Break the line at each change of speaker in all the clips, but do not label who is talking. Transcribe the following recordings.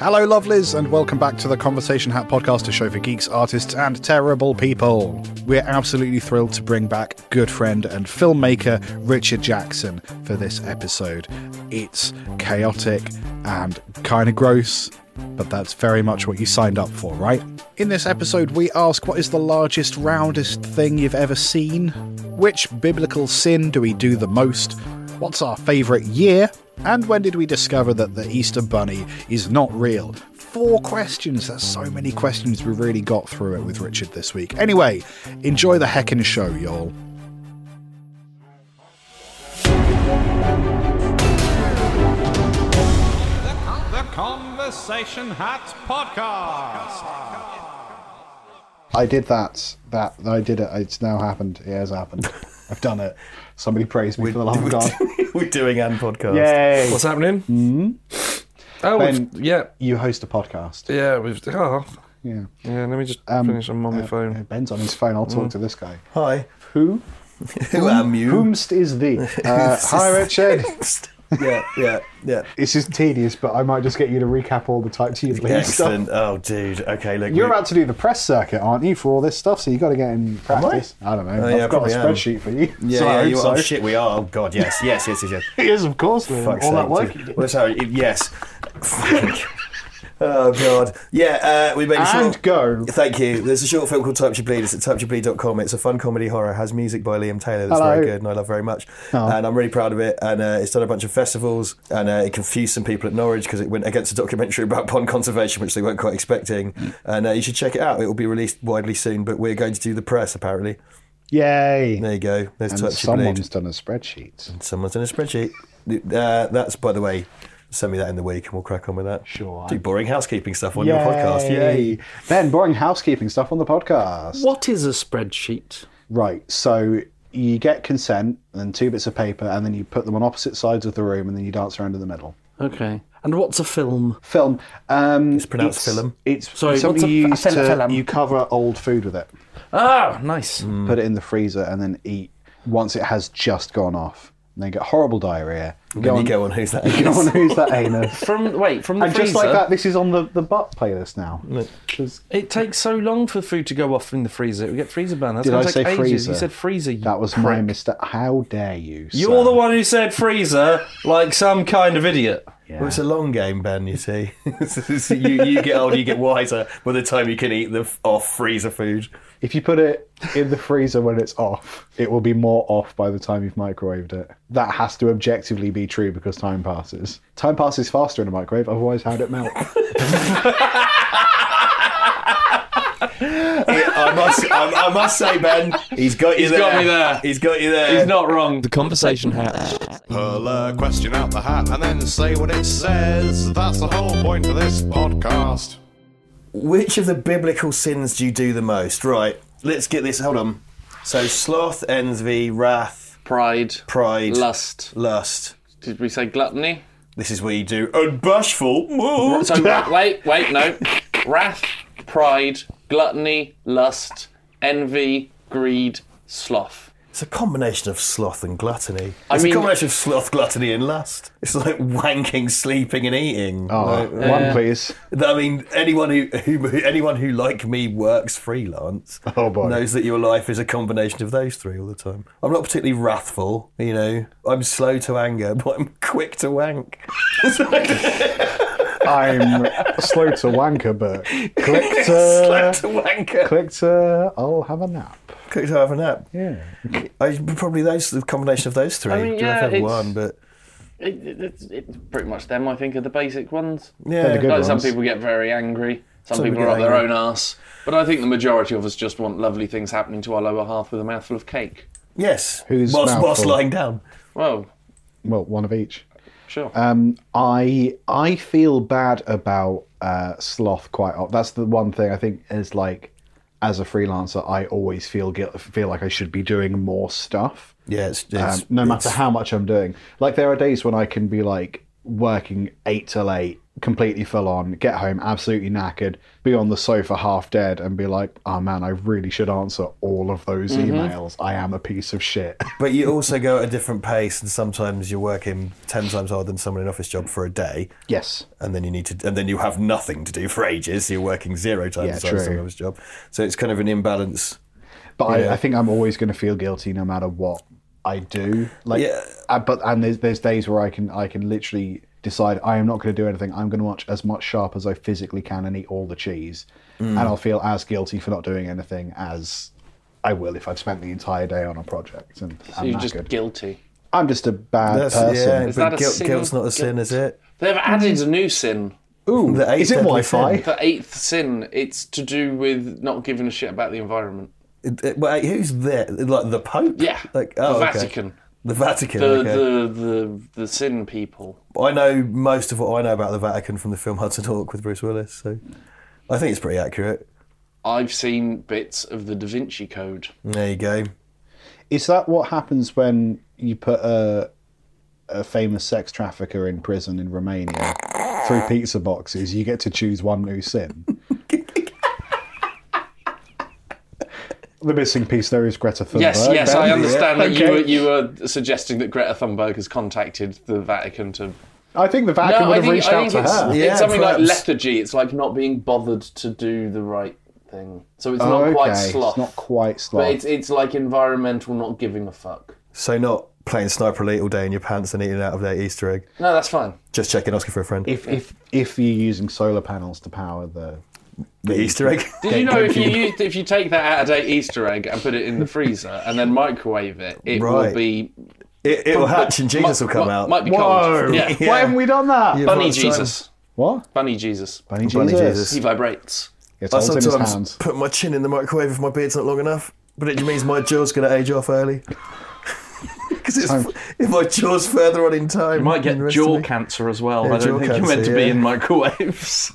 Hello, lovelies, and welcome back to the Conversation Hat podcast, a show for geeks, artists, and terrible people. We're absolutely thrilled to bring back good friend and filmmaker Richard Jackson for this episode. It's chaotic and kind of gross, but that's very much what you signed up for, right? In this episode, we ask what is the largest, roundest thing you've ever seen? Which biblical sin do we do the most? What's our favourite year? And when did we discover that the Easter Bunny is not real? Four questions. There's so many questions. We really got through it with Richard this week. Anyway, enjoy the heckin' show, y'all.
The Conversation Hat Podcast.
I did that. That I did it. It's now happened. It has happened. I've done it. Somebody praise me for the love of Oh, God.
We're doing an podcast.
Yay!
What's happening? Mm-hmm. Oh,
Hmm? Ben-
we've- yeah,
You host a podcast.
yeah, we've. Oh,
Yeah.
yeah. Let me just finish. I'm on my phone.
Um, Uh, Ben's on his phone. I'll talk to this guy.
Hi.
Who?
Who am you?
Whomst is the? Uh, hi, Richard.
yeah, yeah, yeah.
This is tedious, but I might just get you to recap all the type two stuff.
Excellent. Oh, dude. Okay, look.
You're
we-
about to do the press circuit, aren't you, for all this stuff? So you got to get in practice. I? don't know.
Oh, yeah, I
I've got a
probably am.
spreadsheet for you.
Yeah,
so I
yeah.
hope
You
so.
are. Oh, shit, we are. Oh, God, yes. Yes, yes, yes, yes.
Yes, of course. Liam.
Fuck's
all
sake,
that work.
dude.
you did.
Well, sorry, it- yes. Fuck. oh, God. Yeah, uh, we made a
And
short...
go.
Thank you. There's a short film called Type Your Bleed. It's at typeyourbleed.com. It's a fun comedy horror. has music by Liam Taylor that's
Hello. Oh.
very good and I love very much. And I'm really proud of it. And uh, it's done a bunch of festivals and uh, it confused some people at Norwich because it went against a documentary about pond conservation, which they weren't quite expecting. And uh, you should check it out. It will be released widely soon, but we're going to do the press apparently.
Yay.
There you go. There's
And
Touch Your Bleed.
someone's done a spreadsheet.
Someone's in a spreadsheet. Uh, that's, by the way, send me that in the week and we'll crack on with that.
Sure.
Do boring housekeeping stuff on your podcast. Yay.
Yay. Then boring housekeeping stuff on the podcast.
What is a spreadsheet?
Right. So you get consent and two bits of paper, and then you put them on opposite sides of the room, and then you dance around in the middle.
Okay. And what's a film?
Film. Um, it's
pronounced film.
It's
Sorry,
something
what's a
you
f-
use
a fil-
to,
film?
you cover old food with it,
Ah, nice.
put it in the freezer, and then eat once it has just gone off. And then you get horrible diarrhea.
Then
Go on,
you go on Who's That?
go on, who's that anus?
From wait, from the
And
freezer.
just like that, this is on the, the butt playlist now.
It takes so long for food to go off in the freezer. We get freezer burn. That's
Did
gonna
I
take
say
ages.
freezer?
You said freezer. You
That was my
prick.
mistake. How dare you?
You're the one who said freezer, like some kind of idiot.
Well, it's a long game, Ben. You see, you, you get older, you get wiser. By the time you can eat the f- off freezer food,
If you put it in the freezer when it's off, it will be more off by the time you've microwaved it. That has to objectively be true because time passes. Time passes faster in a microwave, otherwise, how'd it melt?
I must, I, I must say, Ben, he's got you
He's
there.
got me there.
He's got you there.
not wrong. The conversation hat.
Pull a question out the hat and then say what it says. That's the whole point of this podcast.
Which of the biblical sins do you do the most? Right, let's get this. Hold on. So, sloth, envy, wrath,
Pride.
pride,
Lust.
lust.
Did we say gluttony?
This is what you do. And bashful. Whoa.
So wait, wait, no. Wrath, pride, gluttony, lust, envy, greed, sloth.
It's a combination of sloth and gluttony. It's
mean-
a combination of sloth, gluttony, and lust. It's like wanking, sleeping, and eating.
Oh,
Like,
one, please.
I mean, anyone who, who anyone who like me works freelance
Oh, boy.
knows that your life is a combination of those three all the time. I'm not particularly wrathful, you know. I'm slow to anger, but I'm quick to wank.
I'm slow to wanker, but click
slow
to.
to wanker.
Click to. I'll have a nap.
Quick to have a nap.
Yeah.
I, probably those the combination of those three.
mean,
Do
yeah,
I have
it's-
one? But
It, it, it's, it's pretty much them, I think, are the basic ones.
yeah,
the good
Like some
ones.
people get very angry. Some, people
people
are up
get
their own
angry.
arse. But I think the majority of us just want lovely things happening to our lower half with a mouthful of cake.
yes.
Who's
whilst, whilst
mouthful?
lying down?
Well,
Well, one of each.
sure.
Um, I I feel bad about uh, sloth quite. Often. That's the one thing I think is like, as a freelancer, I always feel guilt, feel like I should be doing more stuff,
Yeah, it's,
um,
it's
no matter how much I'm doing. Like there are days when I can be like, working eight till eight, completely full on, get home absolutely knackered, be on the sofa half dead, and be like, oh man, I really should answer all of those
Mm-hmm.
emails. I am a piece of shit.
But you also go at a different pace, and sometimes you're working ten times harder than someone in an office job for a day,
yes.
and then you need to, and then you have nothing to do for ages. So you're working zero times
Yeah,
as hard as
true.
someone else's job. So it's kind of an imbalance.
But
Yeah.
I, I think I'm always going to feel guilty no matter what I do. Like,
Yeah.
uh, but and there's there's days where I can I can literally decide I am not going to do anything. I'm going to watch as much sharp as I physically can and eat all the cheese, and I'll feel as guilty for not doing anything as I will if I've spent the entire day on a project. And
So
I'm
you're
not
just
good.
guilty.
I'm just a bad
That's, yeah,
person.
Is
but
that a
guilt,
sin?
guilt's not a sin, is it?
They've added a new sin.
Ooh,
The eighth
is it
deadly
Wi-Fi?
sin.
The eighth sin. It's to do with not giving a shit about the environment.
It- it- Wait, who's there? Like the Pope?
Yeah.
Like oh,
the
okay.
Vatican.
The Vatican.
The,
okay.
the the the sin people.
I know most of what I know about the Vatican from the film Hudson Hawk with Bruce Willis, so I think it's pretty accurate.
I've seen bits of the Da Vinci Code.
There you go.
Is that what happens when you put a a famous sex trafficker in prison in Romania through pizza boxes? You get to choose one new sin. the missing piece there is Greta Thunberg.
Yes, yes, I
Ben.
understand that
Okay.
you were you were suggesting that Greta Thunberg has contacted the Vatican to.
I think the Vatican
No,
would
I
have
think,
reached
I
out
think
to
it's,
her.
it's
Yeah,
something like
perhaps.
lethargy. It's like not being bothered to do the right thing. So it's
Oh,
not quite
okay,
sloth,
It's not quite sloth.
but it's it's like environmental not giving a fuck.
So not playing sniper elite all day in your pants and eating out of their Easter egg.
No, that's fine.
Just checking Oscar for a friend.
if if if you're using solar panels to power the
the Easter egg.
Did you know if you used, if you take that out of date Easter egg and put it in the freezer and then microwave it, it
Right.
will be
it, it will hatch and Jesus will come
might,
out.
Might be cold. Yeah.
Why haven't we done that?
Yeah.
Bunny
Right, so-
Jesus.
What?
Bunny Jesus.
Bunny Jesus.
Bunny
He
Jesus.
vibrates.
It's
I
all in his
sometimes
hands.
put my chin in the microwave if my beard's not long enough, but it means my jaw's going to age off early. Because if my jaw's further on in time,
You might
than
get
the rest of
jaw
me.
cancer as well.
Yeah,
I
jaw
don't think you're meant
cancer,
to be
yeah.
in microwaves.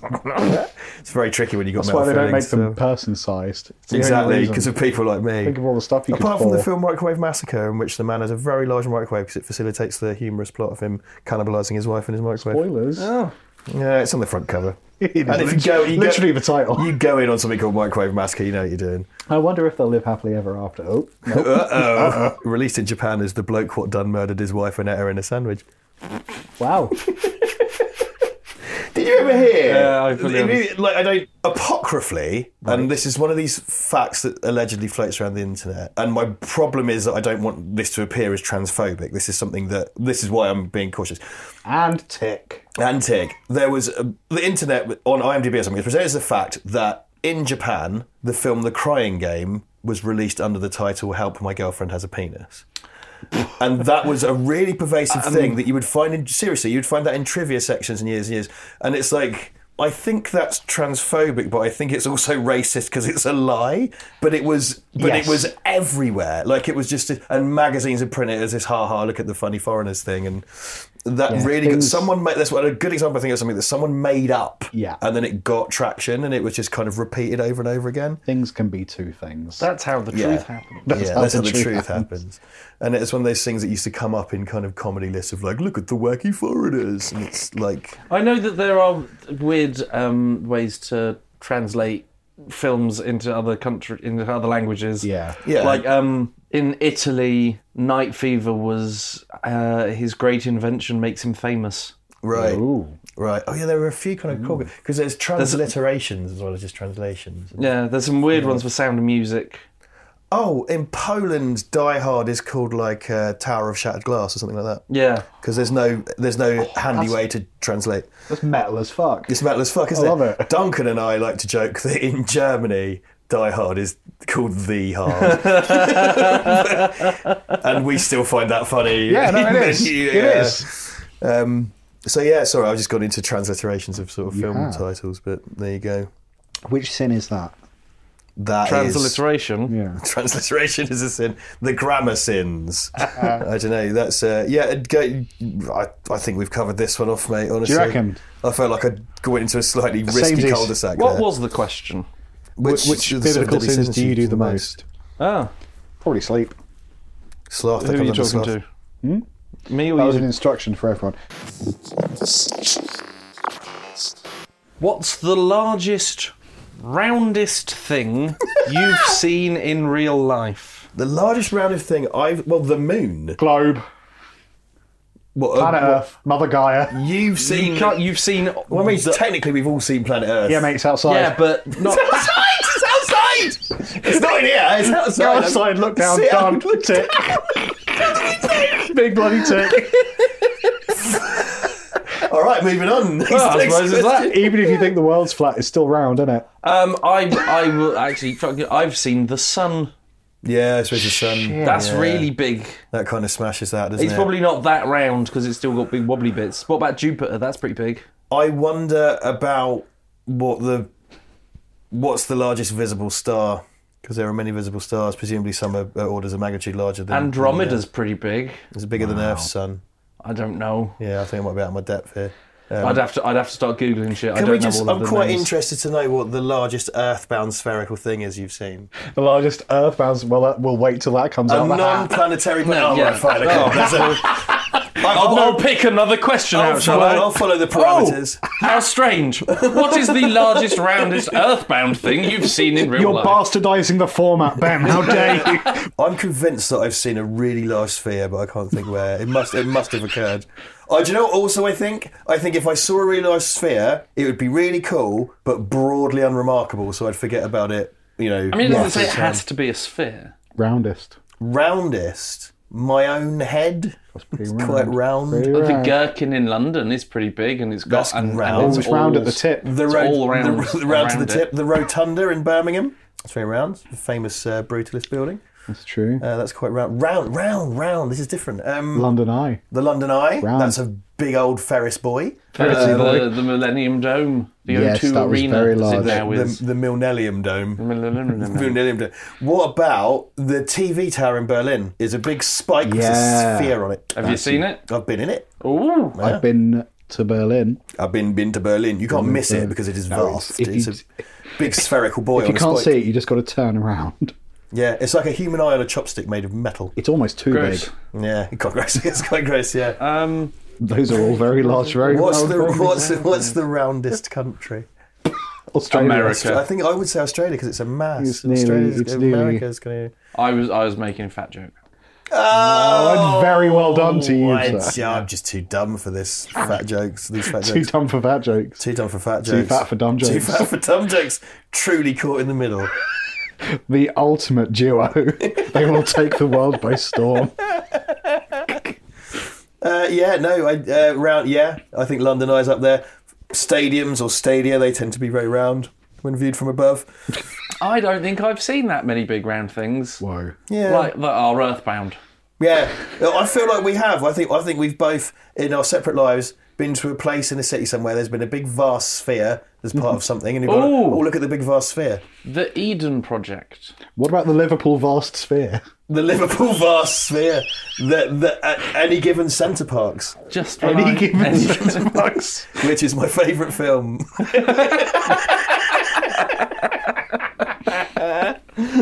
It's very tricky when you got.
That's why
metal
they don't make
fillings,
them
so-
person-sized. It's the only
Exactly,
reason.
because of people like me.
Think of all the stuff you could
Apart from the
pour.
film Microwave Massacre, in which the man has a very large microwave because it facilitates the humorous plot of him cannibalising his wife in his microwave.
Spoilers.
Oh. Yeah, it's on the front cover.
It
And
is
if you go, you
literally
go,
the title.
You go in on something called Microwave Massacre, you know what you're doing.
I wonder if they'll live happily ever after. Oh, no.
Uh-oh. Released in Japan as the bloke what done murdered his wife and ate her in a sandwich.
wow.
Did you ever hear?
Yeah, I fully
If you- like I don't apocryphally, and this is one of these facts that allegedly floats around the internet. And my problem is that I don't want this to appear as transphobic. This is something that this is why I'm being cautious.
and tick.
Antig, there was a, the internet on IMDb or something. It was presented as a fact that in Japan, the film The Crying Game was released under the title "Help My Girlfriend Has a Penis." and that was a really pervasive
Uh, um,
thing that you would find in seriously you'd find that in trivia sections and years and years and it's like I think that's transphobic, but I think it's also racist because it's a lie. But it was, but
Yes.
it was everywhere. Like it was just, and magazines would print it as this "ha ha, look at the funny foreigners" thing, and that
Yeah,
really got
things-
someone made that's what a good example I think of something that someone made up.
Yeah.
and then it got traction, and it was just kind of repeated over and over again.
Things can be two things.
That's how the
Yeah.
truth happens.
yeah,
how
that's
the
how the
truth
truth, happens. And it's one of those things that used to come up in kind of comedy lists of like, look at the wacky foreigners, and it's like,
I know that there are weird um, ways to translate films into other country into other languages.
Yeah.
Yeah.
Like um, in Italy, Night Fever was uh, his great invention makes him famous.
right,
Ooh.
right. Oh yeah, there were a few kind of cool because there's transliterations as well as just translations.
Yeah, there's some weird ones with sound and music.
Oh, in Poland, Die Hard is called like uh, Tower of Shattered Glass or something like that
Yeah.
because there's no there's no handy way to translate.
That's metal as fuck.
It's metal as fuck, isn't
I love
it?
it.
Duncan and I like to joke that in Germany, Die Hard is called The Hard. and we still find that funny.
Yeah, no, it is. It
Yeah.
is.
Um, so, yeah, sorry, I've just gone into transliterations of sort of film
have.
titles, but there you go.
Which sin is that?
That is-
Transliteration.
Yeah.
Transliteration is a sin. The grammar sins.
Uh-huh.
I don't know. That's uh, yeah. it'd Go, I, I think we've covered this one off, mate. Honestly,
reckon?
I felt like I went into a slightly risky
as-
cul-de-sac.
What
there.
was the question?
Which,
Which
of the sort of
biblical
deadly
sins do you do the most?
Oh,
Probably sleep.
Sloth.
who are you talking to? Me or
Oh.
That was an
you?
instruction for everyone.
What's the largest, roundest thing you've seen in real life?
The largest round of thing I've well, the moon.
Globe,
What,
planet Earth, Mother Gaia.
You've seen.
You can't, you've seen.
well, Mm. I mean, technically, we've all seen planet Earth.
Yeah, mate, it's outside.
yeah, but not.
It's outside. It's not in here. It's
Go
outside.
outside, look down,
Sit
done,
out, look
tick. Big bloody tick.
All right, moving on.
I
Next
suppose it's
question.
Even if you think the world's flat, it's still round, isn't it?
Um, I, I will actually. fuck it, I've seen the sun.
Yeah, it's with the sun.
That's
Yeah.
really big.
That kind of smashes that, doesn't
It's
it?
probably not that round because it's still got big wobbly bits. What about Jupiter? That's pretty big.
I wonder about what the what's the largest visible star because there are many visible stars. Presumably, some are, are orders of magnitude larger than
Andromeda's pretty big.
It's bigger than Earth's sun.
I don't know.
Yeah, I think I might be out of my depth here.
I'd have to. I'd have to start googling shit. I
Can
don't
we just?
know all of
I'm
the
quite
names.
interested to know what the largest Earthbound spherical thing is you've seen.
The largest earthbound. Well, that, we'll wait till that comes
A
out.
non-planetary. No,
yeah.
fine. Okay.
Oh.
That's a, I'll,
I'll
I'll,
pick another question
I'll
out, shall
follow,
I? Oh!
I'll follow the parameters.
How strange! What is the largest, roundest, earthbound thing you've seen in real
You're
life?
bastardizing the format, Ben. How dare you?
I'm convinced that I've seen a really large sphere, but I can't think where. It must it must have occurred. I do you know what also I think? I think if I saw a really large sphere, it would be really cool, but broadly unremarkable, so I'd forget about it, you know.
I mean, it
half
doesn't say
the
it
time.
has to be a sphere.
Roundest.
roundest. My own head.
pretty
It's
round.
quite round.
Pretty
The
round.
gherkin in London is pretty big, and it's got
That's
and, and
round.
It's round at the tip.
The
It's
round,
all round
the, the round to the
around
tip. The rotunda in Birmingham. It's very round. The famous uh, brutalist building.
That's true.
Uh, that's quite round. Round, round, round. This is different. Um,
London Eye.
the London Eye.
Round.
That's a big old Ferris boy.
Uh, the, the Millennium Dome, the
Yes,
O2
that was
Arena.
very
is
large.
It now
the,
is.
the Millennium Dome.
Millennium.
Millennium Dome. What about the TV tower in Berlin? Is a big spike
Yeah.
with a sphere on it.
Have you seen it?
I've been in it.
Ooh,
I've been to Berlin.
I've been been to Berlin. You can't miss it because it is vast.
Mm-hmm. if
It's,
you-
a big spherical boy.
If you
on
can't
a
see
spike.
it, you just got to turn around.
yeah, it's like a human eye on a chopstick made of metal.
It's almost too
gross.
big.
Yeah, quite gross. It's quite gross. Yeah.
Um,
Those are all very large, very
what's
round.
the what's the, what's the roundest country?
Australia.
America.
I think I would say Australia because it's a mass.
It's nearly-
Australia's
it's nearly-
America's going to.
I was I was making a fat joke.
Oh, and very well done to you,
I'd-
sir.
yeah, I'm just too dumb for this fat jokes. These fat
Too
jokes.
dumb for that jokes.
Too dumb for fat jokes.
Too fat for dumb
Too
jokes.
fat for dumb jokes. Truly caught in the middle.
The ultimate duo. they will take the world by storm.
Uh, yeah, no, I uh, round. Yeah, I think London Eye's up there. Stadiums or stadia, they tend to be very round when viewed from above.
I don't think I've seen that many big round things
Whoa.
Yeah,
like that are earthbound.
yeah. I feel like we have. I think. I think we've both in our separate lives been to a place in a city somewhere. There's been a big vast sphere as part
Mm-hmm.
of something, and you've gone,
Ooh.
oh, look at the big vast sphere.
The Eden Project.
What about the Liverpool vast sphere?
The Liverpool vast sphere. The, the, at any given centre parks,
Just
Any
when I-
given
any-
centre box.
which is my favourite film.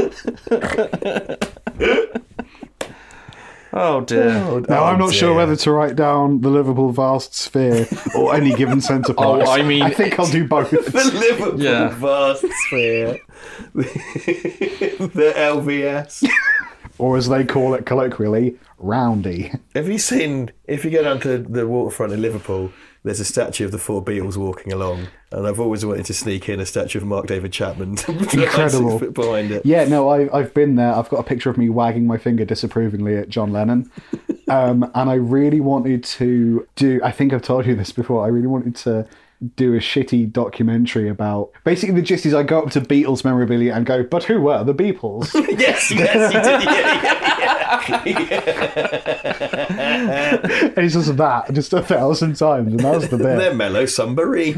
Oh dear.
Now, I'm not sure whether to write down the Liverpool vast sphere or any given centre
Oh,
box.
I mean-
I think I'll do both.
The Liverpool
Yeah.
vast sphere. the LVS.
or as they call it colloquially, roundy.
Have you seen, if you go down to the waterfront in Liverpool, there's a statue of the four Beatles walking along. And I've always wanted to sneak in a statue of Mark David Chapman to put
Incredible.
six foot behind it.
Yeah, no, I, I've been there. I've got a picture of me wagging my finger disapprovingly at John Lennon. Um, and I really wanted to do, I think I've told you this before, I really wanted to do a shitty documentary about. Basically, the gist is I go up to Beatles memorabilia and go, but who were the Beatles?
Yes, yes, he did. Yeah, yeah,
and it's just that, just a thousand times. And that was the
yeah.
bit.
They're mellow submarine.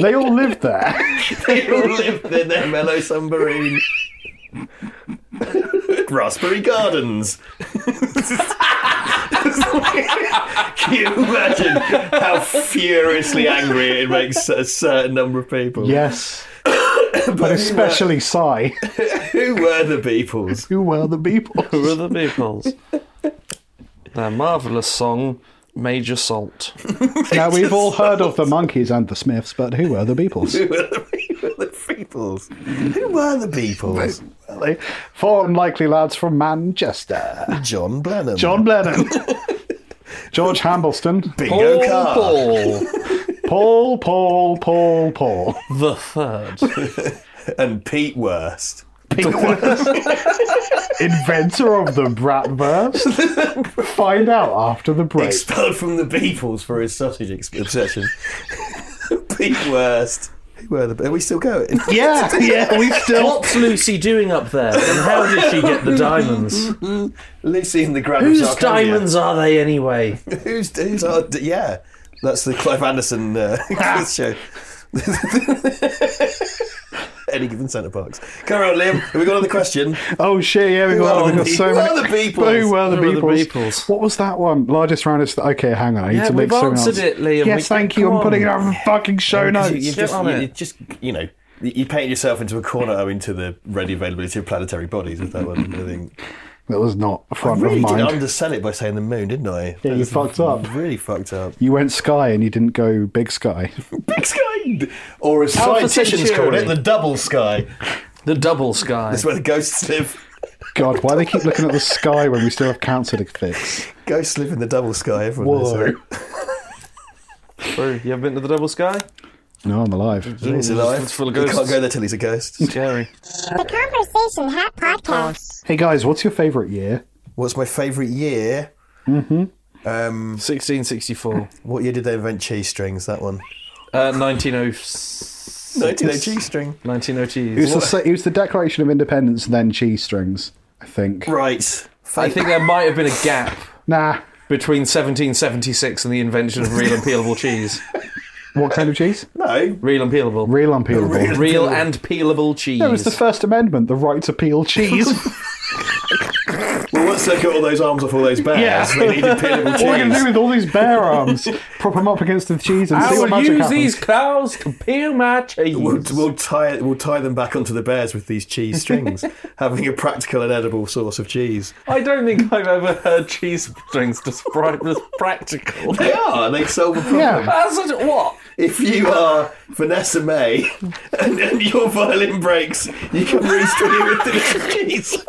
they all lived there.
they all lived in their mellow submarine. Raspberry Gardens. Can you imagine how furiously angry it makes a certain number of people?
yes. but especially Psy.
Who were the Beatles?
Who were the Beatles?
Who are the Beatles? Their marvellous song, Major Salt.
Now we've all heard of the monkeys and the Smiths, but who were the Beatles?
Who were the, who were the peoples? Who were the peoples?
They- Four unlikely lads from Manchester.
John Blenheim.
John Blenheim, George Hambleton,
Bingo card.
Paul, Paul, Paul, Paul.
the third.
And Pete Worst.
Inventor of the Bratverse. Find out after the break.
Expelled from the peoples for his sausage ex- obsession. Pete Worst. Who were the, are we still going?
yeah, yeah, we still.
What's Lucy doing up there? And how did she get the diamonds?
Lucy and the Grand of
Whose
Zarkovia.
diamonds are they anyway?
Who's, who's our, yeah, that's the Clive Anderson uh, quiz show. Any given centre box. Carry on, Liam. Have we got another question?
Oh shit! Yeah, we got,
are
we got
the-
so
who
many.
are the Beatles?
Who were the
Who are the
Beatles?
Beatles?
What was that one? Largest roundest. Okay, hang on. I need
Yeah,
to make
we've
sure.
answered it, Liam.
Yes,
We-
thank you.
come
I'm putting it
on.
on fucking show
Because
notes.
you, you've
Get
just,
on
you,
it.
you just, you know, you you painted yourself into a corner owing to the ready availability of planetary bodies with that one. I think.
That was not front
Really
of
did
mind.
undersell it by saying the moon, didn't I?
Yeah, you
That's
fucked up.
Really fucked up.
You went sky and you didn't go big sky.
Big sky, or as
Alpha
scientists call
Centauri.
it, the double sky.
The double sky.
That's where the ghosts live.
God, why they keep looking at the sky when we still have cancer to fix?
Ghosts live in the double sky. Everyone knows that.
True. You ever been to the double sky?
No, I'm alive.
He's alive.
It's full of
You can't
ghosts.
go there till he's a ghost.
Scary.
The Conversation Hat Podcast.
Hey guys, what's your favourite year?
What's my favourite year?
1664.
What year did they invent cheese strings? That one.
Uh, 1906.
No, no cheese string.
1902.
It was, the, se- it was the Declaration of Independence and then cheese strings, I think.
Right.
I think there might have been a gap
Nah.
between 1776 and the invention of real and peelable cheese.
What kind of cheese?
no.
Real and peelable.
Real unpeelable.
Real-
Real and peelable cheese.
It was the First Amendment, the right to peel cheese.
Well, once they got all those arms off all those bears,
Yeah.
they needed peelable
what are we going to do
cheese.
with all these bear arms? Prop them up against the cheese and see what
I will
magic
use
happens.
these cows to peel my cheese.
We'll, we'll tie we'll tie them back onto the bears with these cheese strings, having a practical and edible source of cheese.
I don't think I've ever heard cheese strings described as practical.
They are. They solve a problem.
Yeah.
As a, what?
If you are Vanessa May and, and your violin breaks, you can restring it with delicious cheese.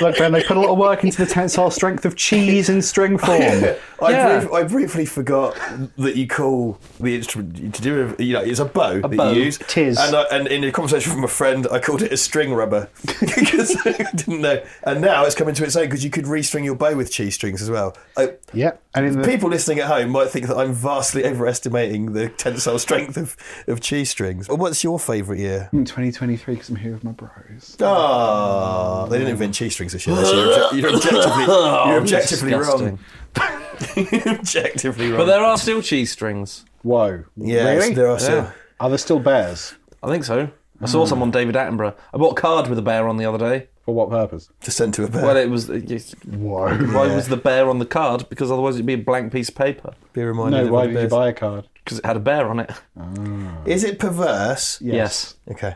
Look, Ben, they put a lot of work into the tensile strength of cheese in string form.
I,
Yeah.
brief, I briefly forgot that you call the instrument to do with, you know it's a bow that
bow.
you use.
Tis.
And, I, and in a conversation from a friend, I called it a string rubber because I didn't know. And now it's coming to its own because you could restring your bow with cheese strings as well. I,
yep. And in the,
People listening at home might think that I'm vastly overestimating the tensile strength of, of cheese strings. Well, what's your favourite year?
2023, because I'm here with my bros.
Ah, they didn't invent cheese strings this year. So you're, obje- you're objectively,
Oh,
you're objectively wrong. objectively wrong.
But there are still cheese strings.
Whoa.
yes,
really?
there are still.
Are there still bears?
I think so. I saw some on David Attenborough. I bought a card with a bear on the other day.
For what purpose?
to send to a bear.
Well, it was. Yes,
Whoa.
why was the bear on the card? Because otherwise it'd be a blank piece of paper.
Be reminded.
No,
of
why
the
did you
bears.
buy a card?
Because it had a bear on it.
Is it perverse?
Yes.
Okay.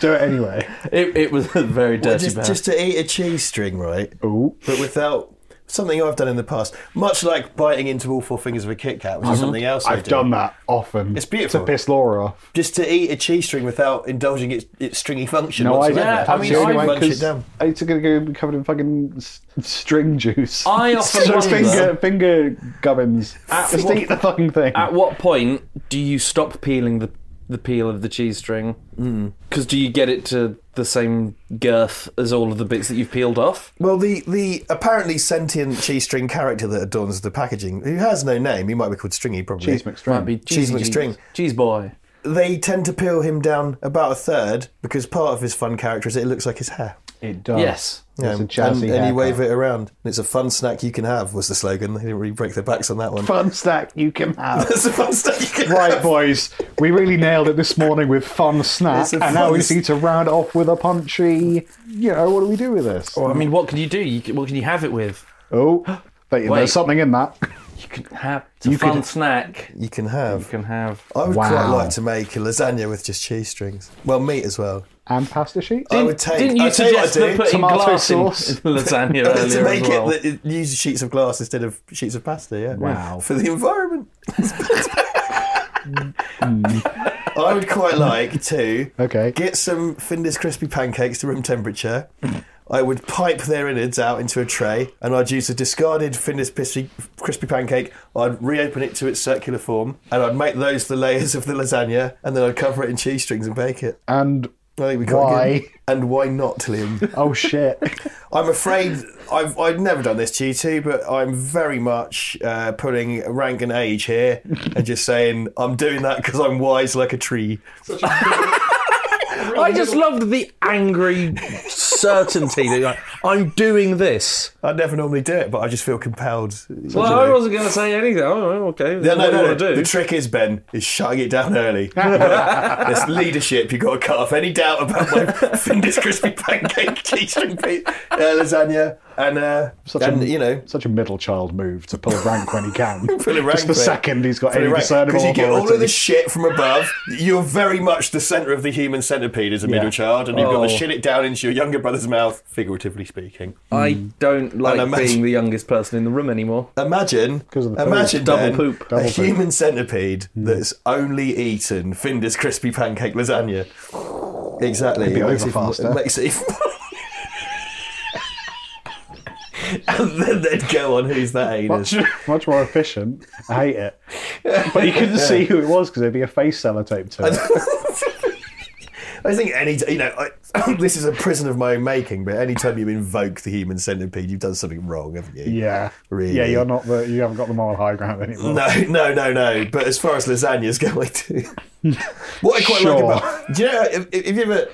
Do it anyway.
It, it was a very dirty
Just,
bear.
just to eat a cheese string, right?
Ooh.
But without something I've done in the past, much like biting into all four fingers of a Kit Kat, which
Mm-hmm.
is something else I
I've
do.
done that often.
It's beautiful.
To piss Laura off.
Just to eat a cheese string without indulging its, its stringy function.
No, I
whatsoever.
don't.
Yeah, I
That's
mean,
the only
I
way,
munch it
'cause
down.
It's going to be covered in fucking s- string juice.
I often
so
wonder-
finger, finger gubbins. Just
what-
eat the fucking thing.
At what point do you stop peeling the the peel of the cheese string? Because do you get it to the same girth as all of the bits that you've peeled off?
Well, the, the apparently sentient cheese string character that adorns the packaging, who has no name, he might be called Stringy probably.
Cheese mixed drink.
Might be
Cheese
cheesy
with your string.
cheese boy.
They tend to peel him down about a third because part of his fun character is that it looks like his hair.
It does.
Yes.
It's a
Um,
jazzy
and, and you wave
haircut.
it around. And it's a fun snack you can have was the slogan. They didn't really break their backs on that one.
Fun snack you can have.
It's a fun snack you can
right,
have.
boys. We really nailed it this morning with fun snack,
It's a
and now
fun
we
s-
need to round it off with a punchy. You know, what do we do with this?
Oh.
I mean, what can you do? You, can- what can you have it with?
Oh, bet you
Wait.
there's something in that.
You can have it's a fun snack.
You can have.
You can have.
I would quite
Wow.
like to make a lasagna with just cheese strings. Well, meat as well.
and pasta sheets.
I would take.
Didn't you
I tell what
suggest
I'd
that
do.
putting
Tomato
glass in, in
sauce.
lasagna
Uh, to
earlier
make
as well?
it that it- use sheets of glass instead of sheets of pasta. Yeah.
Wow.
For the environment. I would quite like to
Okay.
get some Findus crispy pancakes to room temperature. I would pipe their innards out into a tray, and I'd use a discarded Findus crispy, crispy pancake. I'd reopen it to its circular form, and I'd make those the layers of the lasagna, and then I'd cover it in cheese strings and bake it.
And
I think we got
Why?
good. And why not, Liam?
oh shit,
I'm afraid I've, I've never done this to you two, but I'm very much uh, putting rank and age here and just saying I'm doing that because I'm wise like a tree.
I just loved the angry certainty that you're like, I'm doing this.
I never normally do it, but I just feel compelled.
Well, I wasn't going to say anything. Oh, okay. This
No, no,
is what
no,
you
no.
want to do.
The trick is, Ben, is shutting it down early. There's leadership. You've got to cut off any doubt about my Findus crispy pancake cheesestring pe- uh, lasagna, and uh,
Such
and
a-
you know,
such a middle child move to pull rank when he can.
Fully
Just
ranked
the
for it.
second he's got
Fully
any
ranked.
discernible
you get all of
authority.
the shit from above. You're very much the centre of the human centipede as a middle child, and you've got to
Oh.
shit it down into your younger brother's mouth, figuratively speaking.
I don't like
And imagine-
being the youngest person in the room anymore.
Imagine,
of the poop.
imagine
Double
Ben,
poop.
a
Double poop. Hmm.
human centipede that's only eaten Finder's crispy pancake lasagna. Exactly. It
be
makes
over
it-
faster.
it makes it even- And then they'd go on, who's that anus?
much, much more efficient. I hate it. But you couldn't see who it was because there'd be a face sellotape to it.
I think any you know I, this is a prison of my own making, but any time you invoke the human centipede, you've done something wrong, haven't you?
Yeah,
Really?
Yeah, you're not the. You haven't got the moral high ground anymore.
No, no, no, no. But as far as lasagnas go, I do. what I quite
Sure.
like about do you know if, if you ever.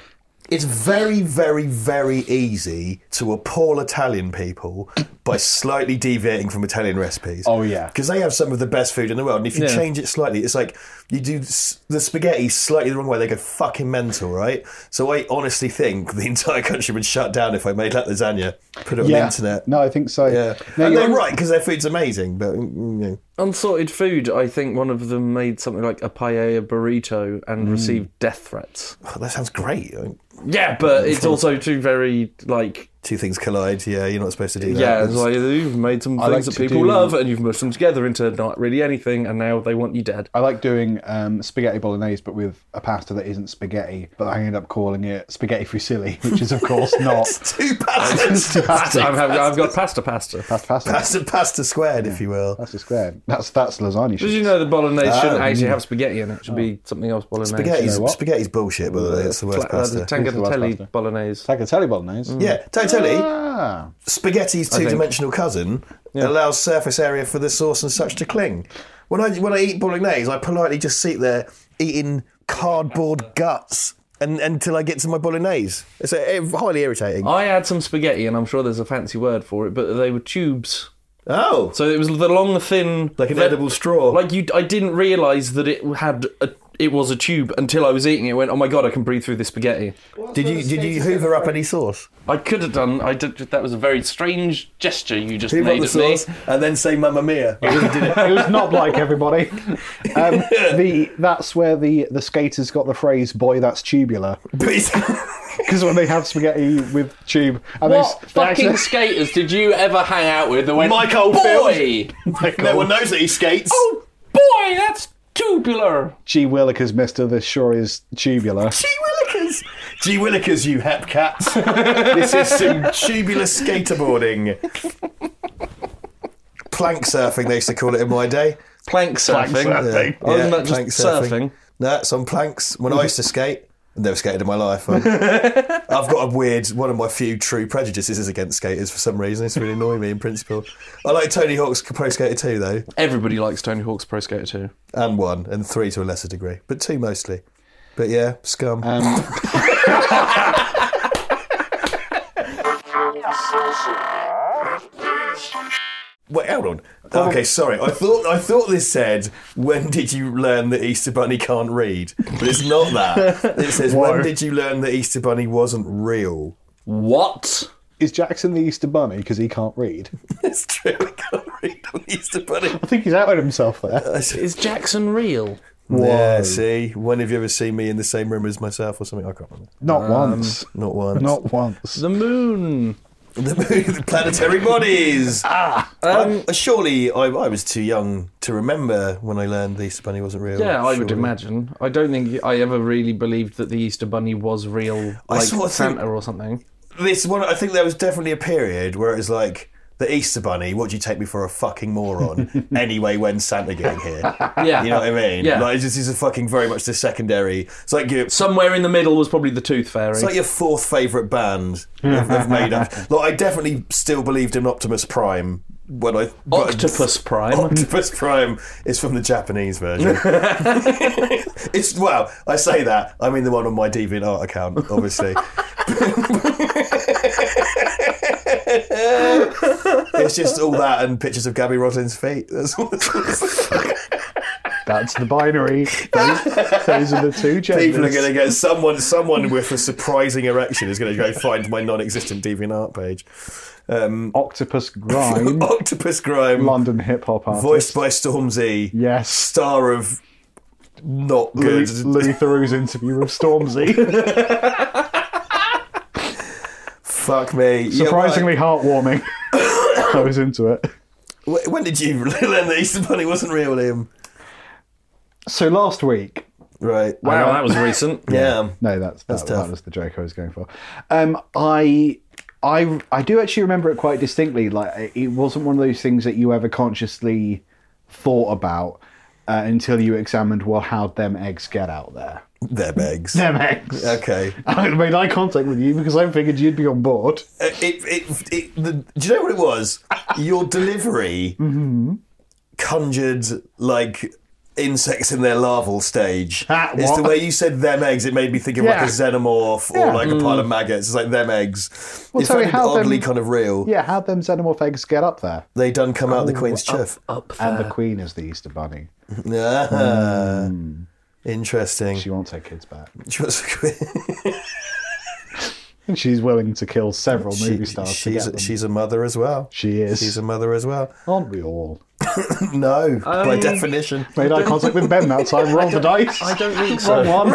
It's very, very, very easy to appall Italian people by slightly deviating from Italian recipes.
Oh, yeah.
because they have some of the best food in the world, and if you
Yeah.
change it slightly, it's like you do s- the spaghetti slightly the wrong way. They go fucking mental, right? So I honestly think the entire country would shut down if I made that lasagna, put it on the
Yeah.
internet.
No, I think so.
Yeah,
No,
and
you're-
they're right because their food's amazing, but mm, you know.
Unsorted food, I think one of them made something like a paella burrito and received death threats.
Oh, that sounds great. I mean,
Yeah, but it's also two very, like,
Two things collide. Yeah, you're not supposed to do that.
yeah, it's
That's-
like you've made some things
like
that
to
people
do-
love and you've mushed them together into not really anything and now they want you dead.
I like doing um, spaghetti bolognese, but with a pasta that isn't spaghetti. But I end up calling it spaghetti fusilli, which is of course not
two pastas.
pasta.
I'm having, I've got pasta pasta.
Pasta,
That's a pasta squared, if you will.
pasta squared. That's that's lasagna.
Did you
sheets.
know the bolognese shouldn't
Oh.
actually have spaghetti in it? It should be something else bolognese.
Spaghetti's,
what?
spaghetti's bullshit, by the way. That's the Ah. worst
Fla- uh, the
pasta.
It's the
tagliatelle
worst
bolognese.
Tagliatelle bolognese?
Mm. yeah, totally.
Ah,
Spaghetti's two-dimensional cousin allows surface area for the sauce and such to cling. When I when I eat bolognese, I politely just sit there eating cardboard guts and, until I get to my bolognese. It's uh, highly irritating.
I had some spaghetti, and I'm sure there's a fancy word for it, but they were tubes.
Oh,
So it was the long, thin,
like an
ve-
edible straw.
Like you, I didn't realise that it had a, it was a tube until I was eating it. I Went, oh my god, I can breathe through this spaghetti.
did you did you hoover up any sauce?
I could have done. I did. That was a very strange gesture you just
Who
made
bought the
at me.
sauce? And then say Mamma Mia.
it was not like everybody. Um, the that's where the the skaters got the phrase "boy, that's tubular" because when they have spaghetti with tube, and
What
they, s- they
fucking
actually-
skaters did you ever hang out with that went,
Mike Oldfield."
boy,
no one knows that he skates.
oh, boy, that's tubular.
Gee Willikers, Mister, this sure is tubular.
G Willikers! G Willikers, you hep cats. this is some tubular skaterboarding. Plank surfing, they used to call it in my day.
Plank surfing.
surfing.
Oh, isn't that just surfing?
No, it's on planks. When I used to skate, I never skated in my life. I- I've got a weird, one of my few true prejudices is against skaters for some reason. It's really annoying me in principle. I like Tony Hawk's Pro Skater 2, though.
Everybody likes Tony Hawk's Pro Skater 2.
and one, and three to a lesser degree, but two mostly. But yeah, scum. Wait, hold on. Okay, sorry. I thought I thought this said, "When did you learn that Easter Bunny can't read?" But it's not that. It says, "When did you learn that Easter Bunny wasn't real?"
What?
Is Jackson the Easter Bunny because he can't read?
It's true. I can't read on Easter Bunny.
I think he's outed himself there.
Is Jackson real?
Yeah, see, when have you ever seen me in the same room as myself or something? I can't remember.
Not once.
Not once.
Not once.
The moon.
the planetary bodies. ah, surely I, I was too young to remember when I learned the Easter Bunny wasn't real.
Yeah, I would
surely.
imagine. I don't think I ever really believed that the Easter Bunny was real,
I
like
sort of think-
Santa or something.
This one, I think there was definitely a period where it was like. The Easter Bunny, what do you take me for a fucking moron? anyway, when's Santa getting here?
Yeah,
You know what I mean?
Yeah.
Like, this is a fucking very much the secondary. It's like you,
Somewhere in the middle was probably the Tooth Fairy.
It's like your fourth favourite band I've, I've made up. Like I definitely still believed in Optimus Prime when I but-
Octopus Prime.
Octopus Prime is from the Japanese version. it's well, I say that. I mean the one on my DeviantArt account, obviously. it's just all that and pictures of Gabby Roslin's feet. That's all.
That's the binary. Those, those are the two genders.
People are going to get someone. Someone with a surprising erection is going to go find my non-existent DeviantArt page. Um,
Octopus Grime,
Octopus Grime,
London hip hop artist.
voiced by Stormzy,
Yes.
star of not
Lou-
good.
Louis Theroux's interview with Stormzy.
Fuck me. Yeah,
Surprisingly heartwarming. I was into it.
right. Wh- when did you learn that Easter Bunny wasn't real, Liam?
So last week,
Right.
wow, that was recent.
Yeah.
No, that's that,
tough.
that was the joke I was going for. Um, I. I, I do actually remember it quite distinctly. Like it wasn't one of those things that you ever consciously thought about uh, until you examined well how'd them eggs get out there.
They're begs.
Them eggs.
Okay.
I made eye contact with you because I figured you'd be on board.
Uh, It, it, it, the, do you know what it was? Your delivery
Mm-hmm.
conjured like insects in their larval stage.
Ah,
It's the
what?
way you said them eggs. It made me think of
Yeah.
like a xenomorph or
Yeah. Mm.
like a pile of maggots. It's like them eggs. Well, it's
sorry,
very
how them-
oddly kind of real.
Yeah, Oh, how'd them xenomorph eggs get up there?
They done come out of the Queen's chuff.
Up there.
Uh.
And the queen is the Easter bunny.
Ah, Interesting.
Mm. She wants her kids back.
She was a queen.
And she's willing to kill several movie
She-
stars to
she's,
get them.
she's a mother as well.
she is.
She's a mother as well.
Aren't we all?
No, by definition.
Made eye contact with Ben that time. Roll the dice.
I don't think
Wrong
so.
one.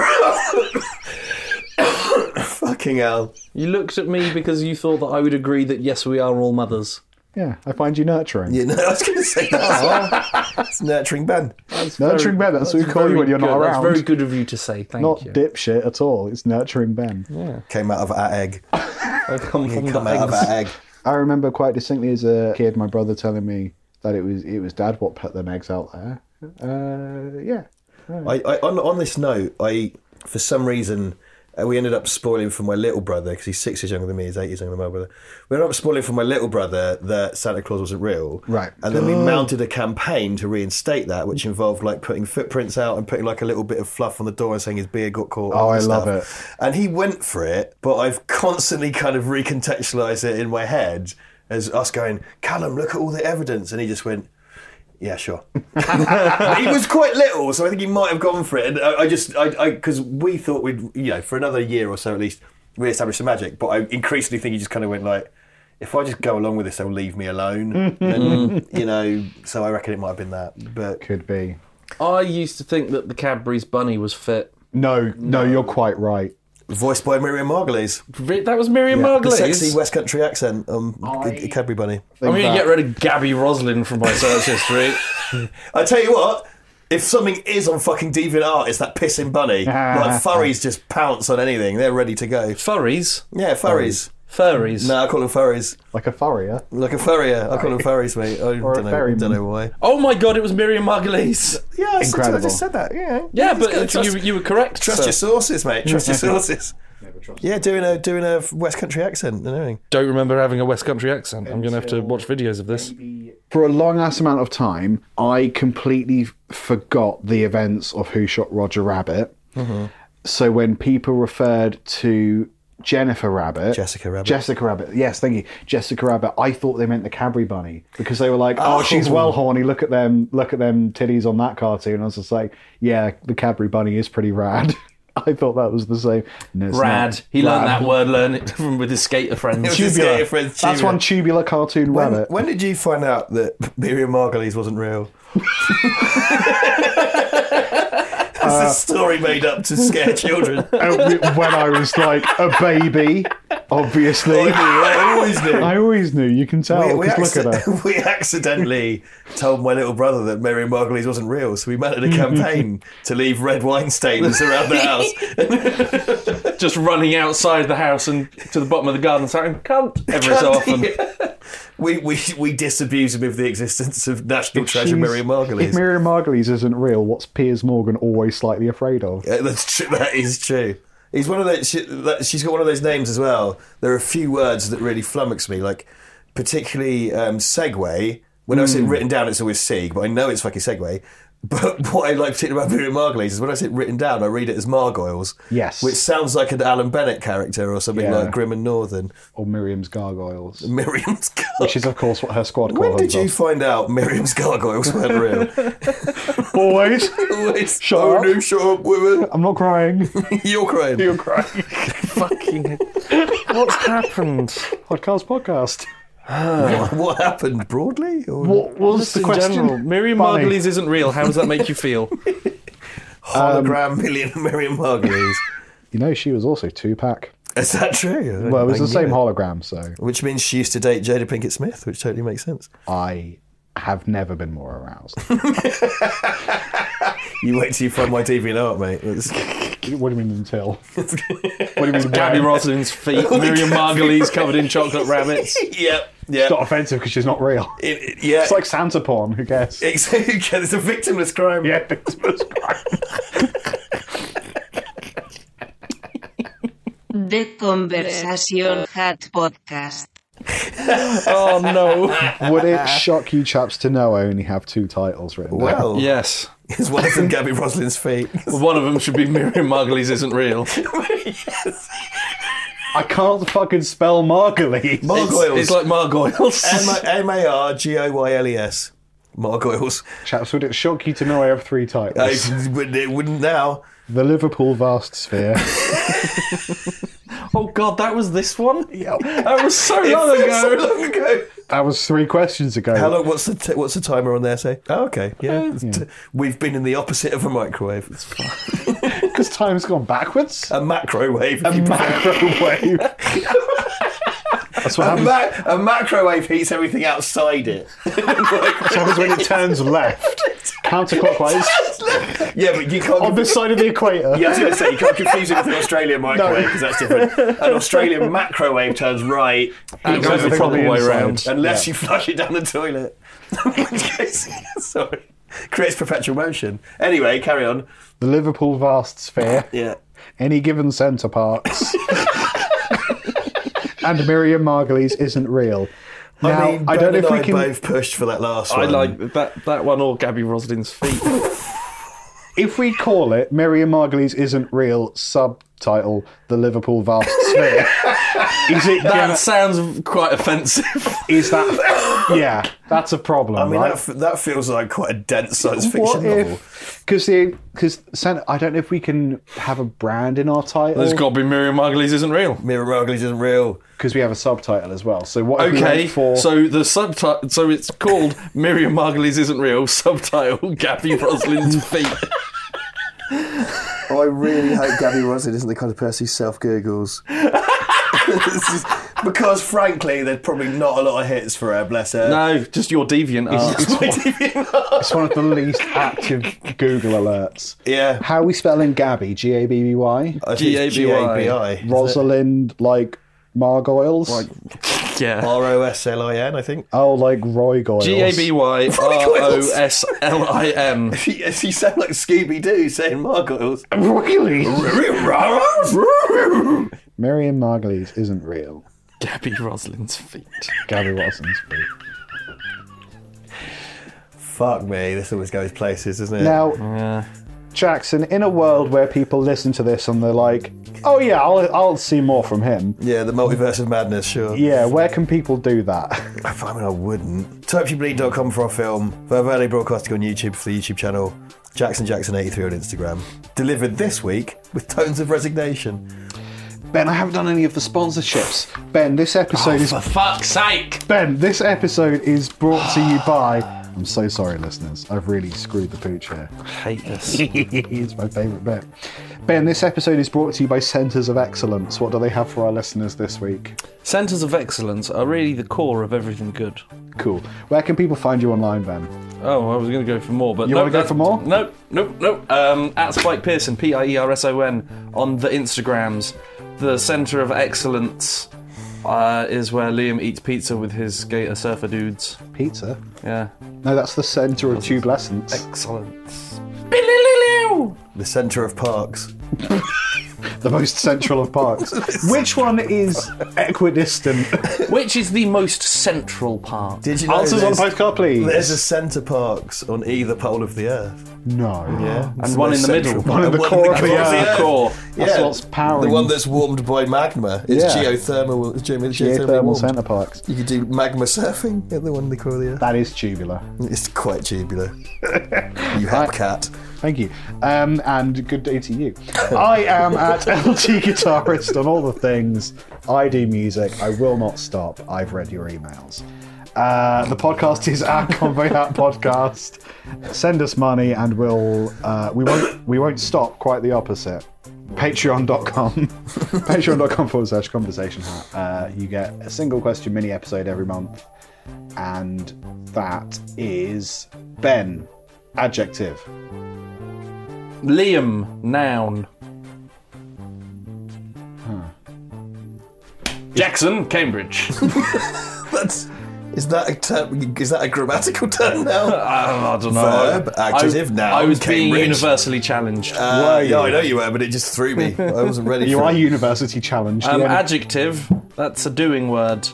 Fucking hell.
You looked at me because you thought that I would agree that yes, we are all mothers.
Yeah, I find you nurturing.
You know, I was going to say that. it's nurturing Ben.
nurturing Ben, that's, what we call you
Very
when you're not
good.
around.
That's very good of you to say. Thank
Not
you.
dipshit at all. It's nurturing Ben.
Came out of our egg.
I come from
Come
the
out of
eggs.
our egg.
I remember quite distinctly as a kid, my brother telling me that it was it was dad what put them eggs out there. Uh, yeah.
I, I on, on this note, I for some reason uh, we ended up spoiling for my little brother because he's six years younger than me. He's eight years younger than my brother. We ended up spoiling for my little brother that Santa Claus wasn't real.
Right.
And then we mounted a campaign to reinstate that, which involved like putting footprints out and putting like a little bit of fluff on the door and saying his beard got caught.
Oh,
and
I love
stuff. And he went for it, but I've constantly kind of recontextualized it in my head as us going, Callum, look at all the evidence, and he just went. Yeah, sure. he was quite little, so I think he might have gone for it. And I, I just, I, because we thought we'd, you know, for another year or so at least, we established some magic. But I increasingly think he just kind of went like, if I just go along with this, they'll leave me alone. and, you know, so I reckon it might have been that. But
Could be.
I used to think that the Cadbury's bunny was fit.
No, no, you're quite right.
voiced by Miriam Margolyes,
That was Miriam
the
Margolyes.
sexy West Country accent, um, C- Cadbury Bunny.
I'm going to get rid of Gabby Roslin from my search history.
I tell you what. If something is on fucking DeviantArt, it's that pissing bunny. like furries just pounce on anything; they're ready to go.
Furries.
Yeah, furries.
Furries.
No, I call them furries.
Like a furrier.
Like a furrier. I call them furries, mate. I
Or a
don't, know,
ferryman.
don't know why.
Oh my god, it was Miriam Margolyes.
said-
Yeah, I
I Incredible. just said
that. Yeah.
Yeah, but you, you were correct.
trust
sir.
your sources, mate. Trust your sources. Yeah, doing a doing a West Country accent and everything.
Don't remember having a West Country accent. I'm going to have to watch videos of this.
For a long ass amount of time, I completely f- forgot the events of Who Shot Roger Rabbit. So when people referred to Jennifer Rabbit,
Jessica Rabbit.
Jessica Rabbit, yes, thank you, Jessica Rabbit. I thought they meant the Cadbury Bunny because they were like, "Oh, she's well horny. Look at them, look at them titties on that cartoon." I was just like, "Yeah, the Cadbury Bunny is pretty rad." I thought that was the same. No, it's not.
Rad. He learned that word, learn it from with his skater
Just
friends.
get your
Tubular.
friends
That's
tubular.
one tubular cartoon
When,
rabbit.
when did you find out that Miriam Margolyes wasn't real? That's a story made up to scare children. I
Uh, when I was like a baby, obviously.
knew, I always knew.
I always knew. You can tell.
Oh, we, we
Just look
acci-
at her.
we accidentally told my little brother that Mary Margulies wasn't real, so we mounted a
Mm-hmm.
campaign to leave red wine stains around the house.
Just running outside the house and to the bottom of the garden, saying "cunt" every so often.
we, we we disabuse him of the existence of National Treasure
She's-
Mary
If
Margulies.
Miriam Margulies isn't real, what's Piers Morgan always slightly afraid of?
Yeah, that's true. That is true. He's one of those. She, that, she's got one of those names as well. There are a few words that really flummox me, like particularly um, segue. When I see
Hmm.
it written down, it's always sig, but I know it's fucking segue. But what I like particularly about Miriam Margolyes is when I see it written down, I read it as Margoyles.
Yes.
Which sounds like an Alan Bennett character or something
Yeah.
like Grim and Northern.
Or Miriam's gargoyles,
Miriam's
which
Gargoyles.
is of course what her squad
When
call
did you
herself.
find out Miriam's Gargoyles weren't real?
Boys,
It's-
Shut
oh,
up.
no, shut up, women.
I'm not crying.
You're crying.
Fucking. What's happened?
podcast, podcast.
what happened broadly? Or?
What was the
in
question?
general, Miriam
Funny.
Margulies isn't real. How does that make you feel?
Um,
hologram millionaire Miriam Margulies.
You know, she was also Tupac.
Is that true?
Well, it was
I
the same
knew it.
hologram, so
Which means she used to date Jada Pinkett Smith, which totally makes sense.
I have never been more aroused.
You wait till you find my DeviantArt, mate. That's-
what do you mean until? what do you mean?
Gabby
when?
Rosslin's feet, Miriam Margulies covered in chocolate rabbits.
yep, yep.
It's not offensive because she's not real.
It- it- yeah.
It's like Santa porn. Who cares?
It's- yeah, it's a victimless crime.
yeah, it's
The Conversation Hat Podcast.
Oh no!
Would it shock you chaps to know I only have two titles written? down?
Well,
Yes,
it's one of them Gabby Roslin's feet.
one of them should be Miriam Margulies isn't real.
I can't fucking spell Margulies.
Margoyles.
It's like Margoyles.
M A R G O Y L E S. Margoyles.
Chaps, would it shock you to know I have three
I,
titles?
wouldn't- it wouldn't now.
the Liverpool Vast Sphere.
oh god, that was this one. That was so long
So
ago.
long ago.
that was three questions ago.
How long? What's the t- what's the timer on there? Say, oh, okay, yeah. T- We've been in the opposite of a microwave.
Because time's gone backwards.
A macrowave.
A macrowave. That's what
A,
happens.
ma- a macrowave heats everything outside it.
That's what happens when it turns left, counterclockwise,
yeah, but you can't.
on this side of the equator.
yeah, I was going to say you can't confuse it with an Australian microwave because that's different. An Australian macrowave turns right
It goes the
Everything on
proper
the
way
inside.
round.
unless you flush it down the toilet. Sorry, creates perpetual motion. Anyway, carry on.
The Liverpool Vast Sphere.
Yeah.
Any given centre parts. and Miriam Margulies isn't real. Now,
I
I,
mean,
don't
Ben
know if
and
we
I
can.
both pushed for that last
I
one.
like that that one or Gabby Roslin's feet.
If we call it Miriam Margulies isn't real, subtitle The Liverpool Vast Sphere. is it
That
gonna-
sounds quite offensive.
Is that? yeah, that's a problem,
I mean,
right?
that, f- that feels like quite a dense science fiction
what
novel.
if? Because the because I don't know if we can have a brand in our title
There's got to be Miriam Margulies isn't real.
Mira Margulies isn't real.
because we have a subtitle as well. So what? If we
Okay,
went for
so the subtitle, so it's called Miriam Margulies isn't real. Subtitle: Gabby Roslin's feet.
Oh, I really hope Gabby Rosin isn't the kind of person who self gurgles. because, frankly, there's probably not a lot of hits for her, bless her.
No, just your deviant art.
it's one of the least active Google alerts.
Yeah.
How are we spelling Gabby? G A B B Y.
I think it's
G-A-B-Y.
G-A-B-I.
Rosalind like Margoyles.
Yeah.
R O S L I N, I think.
oh, like Roy Goyles.
G A B Y R O S L I M.
She, she sounds like Scooby Doo saying Margoyles.
Really?
Margoyles?
Miriam Margulies isn't real.
Gabby Roslin's feet.
Gabby Watson's free.
Fuck me, this always goes places, doesn't it?
Now, Jackson, in a world where people listen to this and they're like, "Oh yeah, I'll, I'll see more from him."
yeah, the multiverse of madness, sure.
Yeah, where can people do that?
I mean, I wouldn't. TypeYouBleed.com for our film. Vervale Broadcasting on YouTube for the YouTube channel. Jackson Jackson83 on Instagram. Delivered this week with tones of resignation.
Ben, I haven't done any of the sponsorships. Oh, Ben, this episode is
For fuck's sake!
Ben. This episode is brought to you by I'm so sorry, listeners. I've really screwed the pooch here.
Hate this.
it's my favourite bit. Ben, this episode is brought to you by Centres of Excellence. What do they have for our listeners this week?
Centres of excellence are really the core of everything good.
Cool. Where can people find you online, Ben?
Oh, I was going to go for more, but
You
no,
wanna go
that-
for more?
No, no, no. Um, at Spike Pearson, E P-I-E-R-S-O-N, on the Instagrams, the centre of excellence uh, is where Liam eats pizza with his skater surfer dudes.
Pizza.
Yeah,
No, that's the centre of tube lessons.
excellence.
The centre of parks.
The most central of parks. Which one is equidistant?
Which is the most central part?
Did you know
Answers on
there's,
postcard, please.
there's a centre parks on either pole of the earth?
No.
Yeah, it's
and one in
most
the
central
middle.
part.
One in the
And
core of the
of
earth.
Core.
That's what's powering
The one that's warmed by magma. It's
Yeah.
geothermal. It's geothermal,
geothermal
warmed.
centre parks.
You could do magma surfing at the one in the core of the earth.
That is tubular.
It's quite tubular. you hap cat.
Thank you. Um, and good day to you. I am at LT Guitarist on all the things. I do music. I will not stop. I've read your emails. Uh, the podcast is at Convoy Hat Podcast. Send us money, and we'll uh, we won't we won't stop. Quite the opposite. Patreon.com, patreon.com forward slash conversation hat. Uh, you get a single question mini episode every month, and that is Ben. Adjective.
Liam, noun. Jackson, Cambridge.
That's is that a term, is that a grammatical term now?
Oh, I, I don't know.
Verb, adjective,
I,
noun,
I was being
Cambridge.
universally challenged.
Uh, yeah, I know you were, but it just threw me. I wasn't ready.
You
for
are
it.
university challenged.
um,
The only-
adjective, that's a doing word.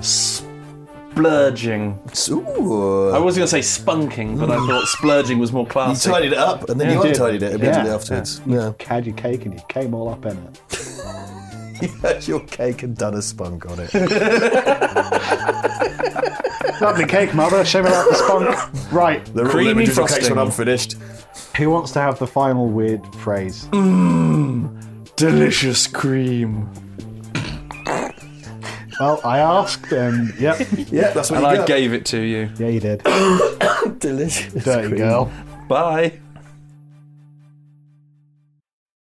Splurging.
Ooh.
I was going to say spunking, but I thought splurging was more
You
classy.
tidied it up, and then you
did.
untidied it immediately
Yeah.
afterwards. Yeah.
had your cake and you came all up in it.
You had your cake and done a spunk on it.
Lovely cake, mother. Shave it out the spunk. Right.
They're all
Creamy
individual cakes
frosting.
when I'm finished.
Who wants to have the final weird phrase?
Delicious cream.
Well, I asked, and yep,
Yeah, that's what
And
you
I
got.
gave it to you.
yeah, you did.
Delicious.
Dirty girl.
Bye.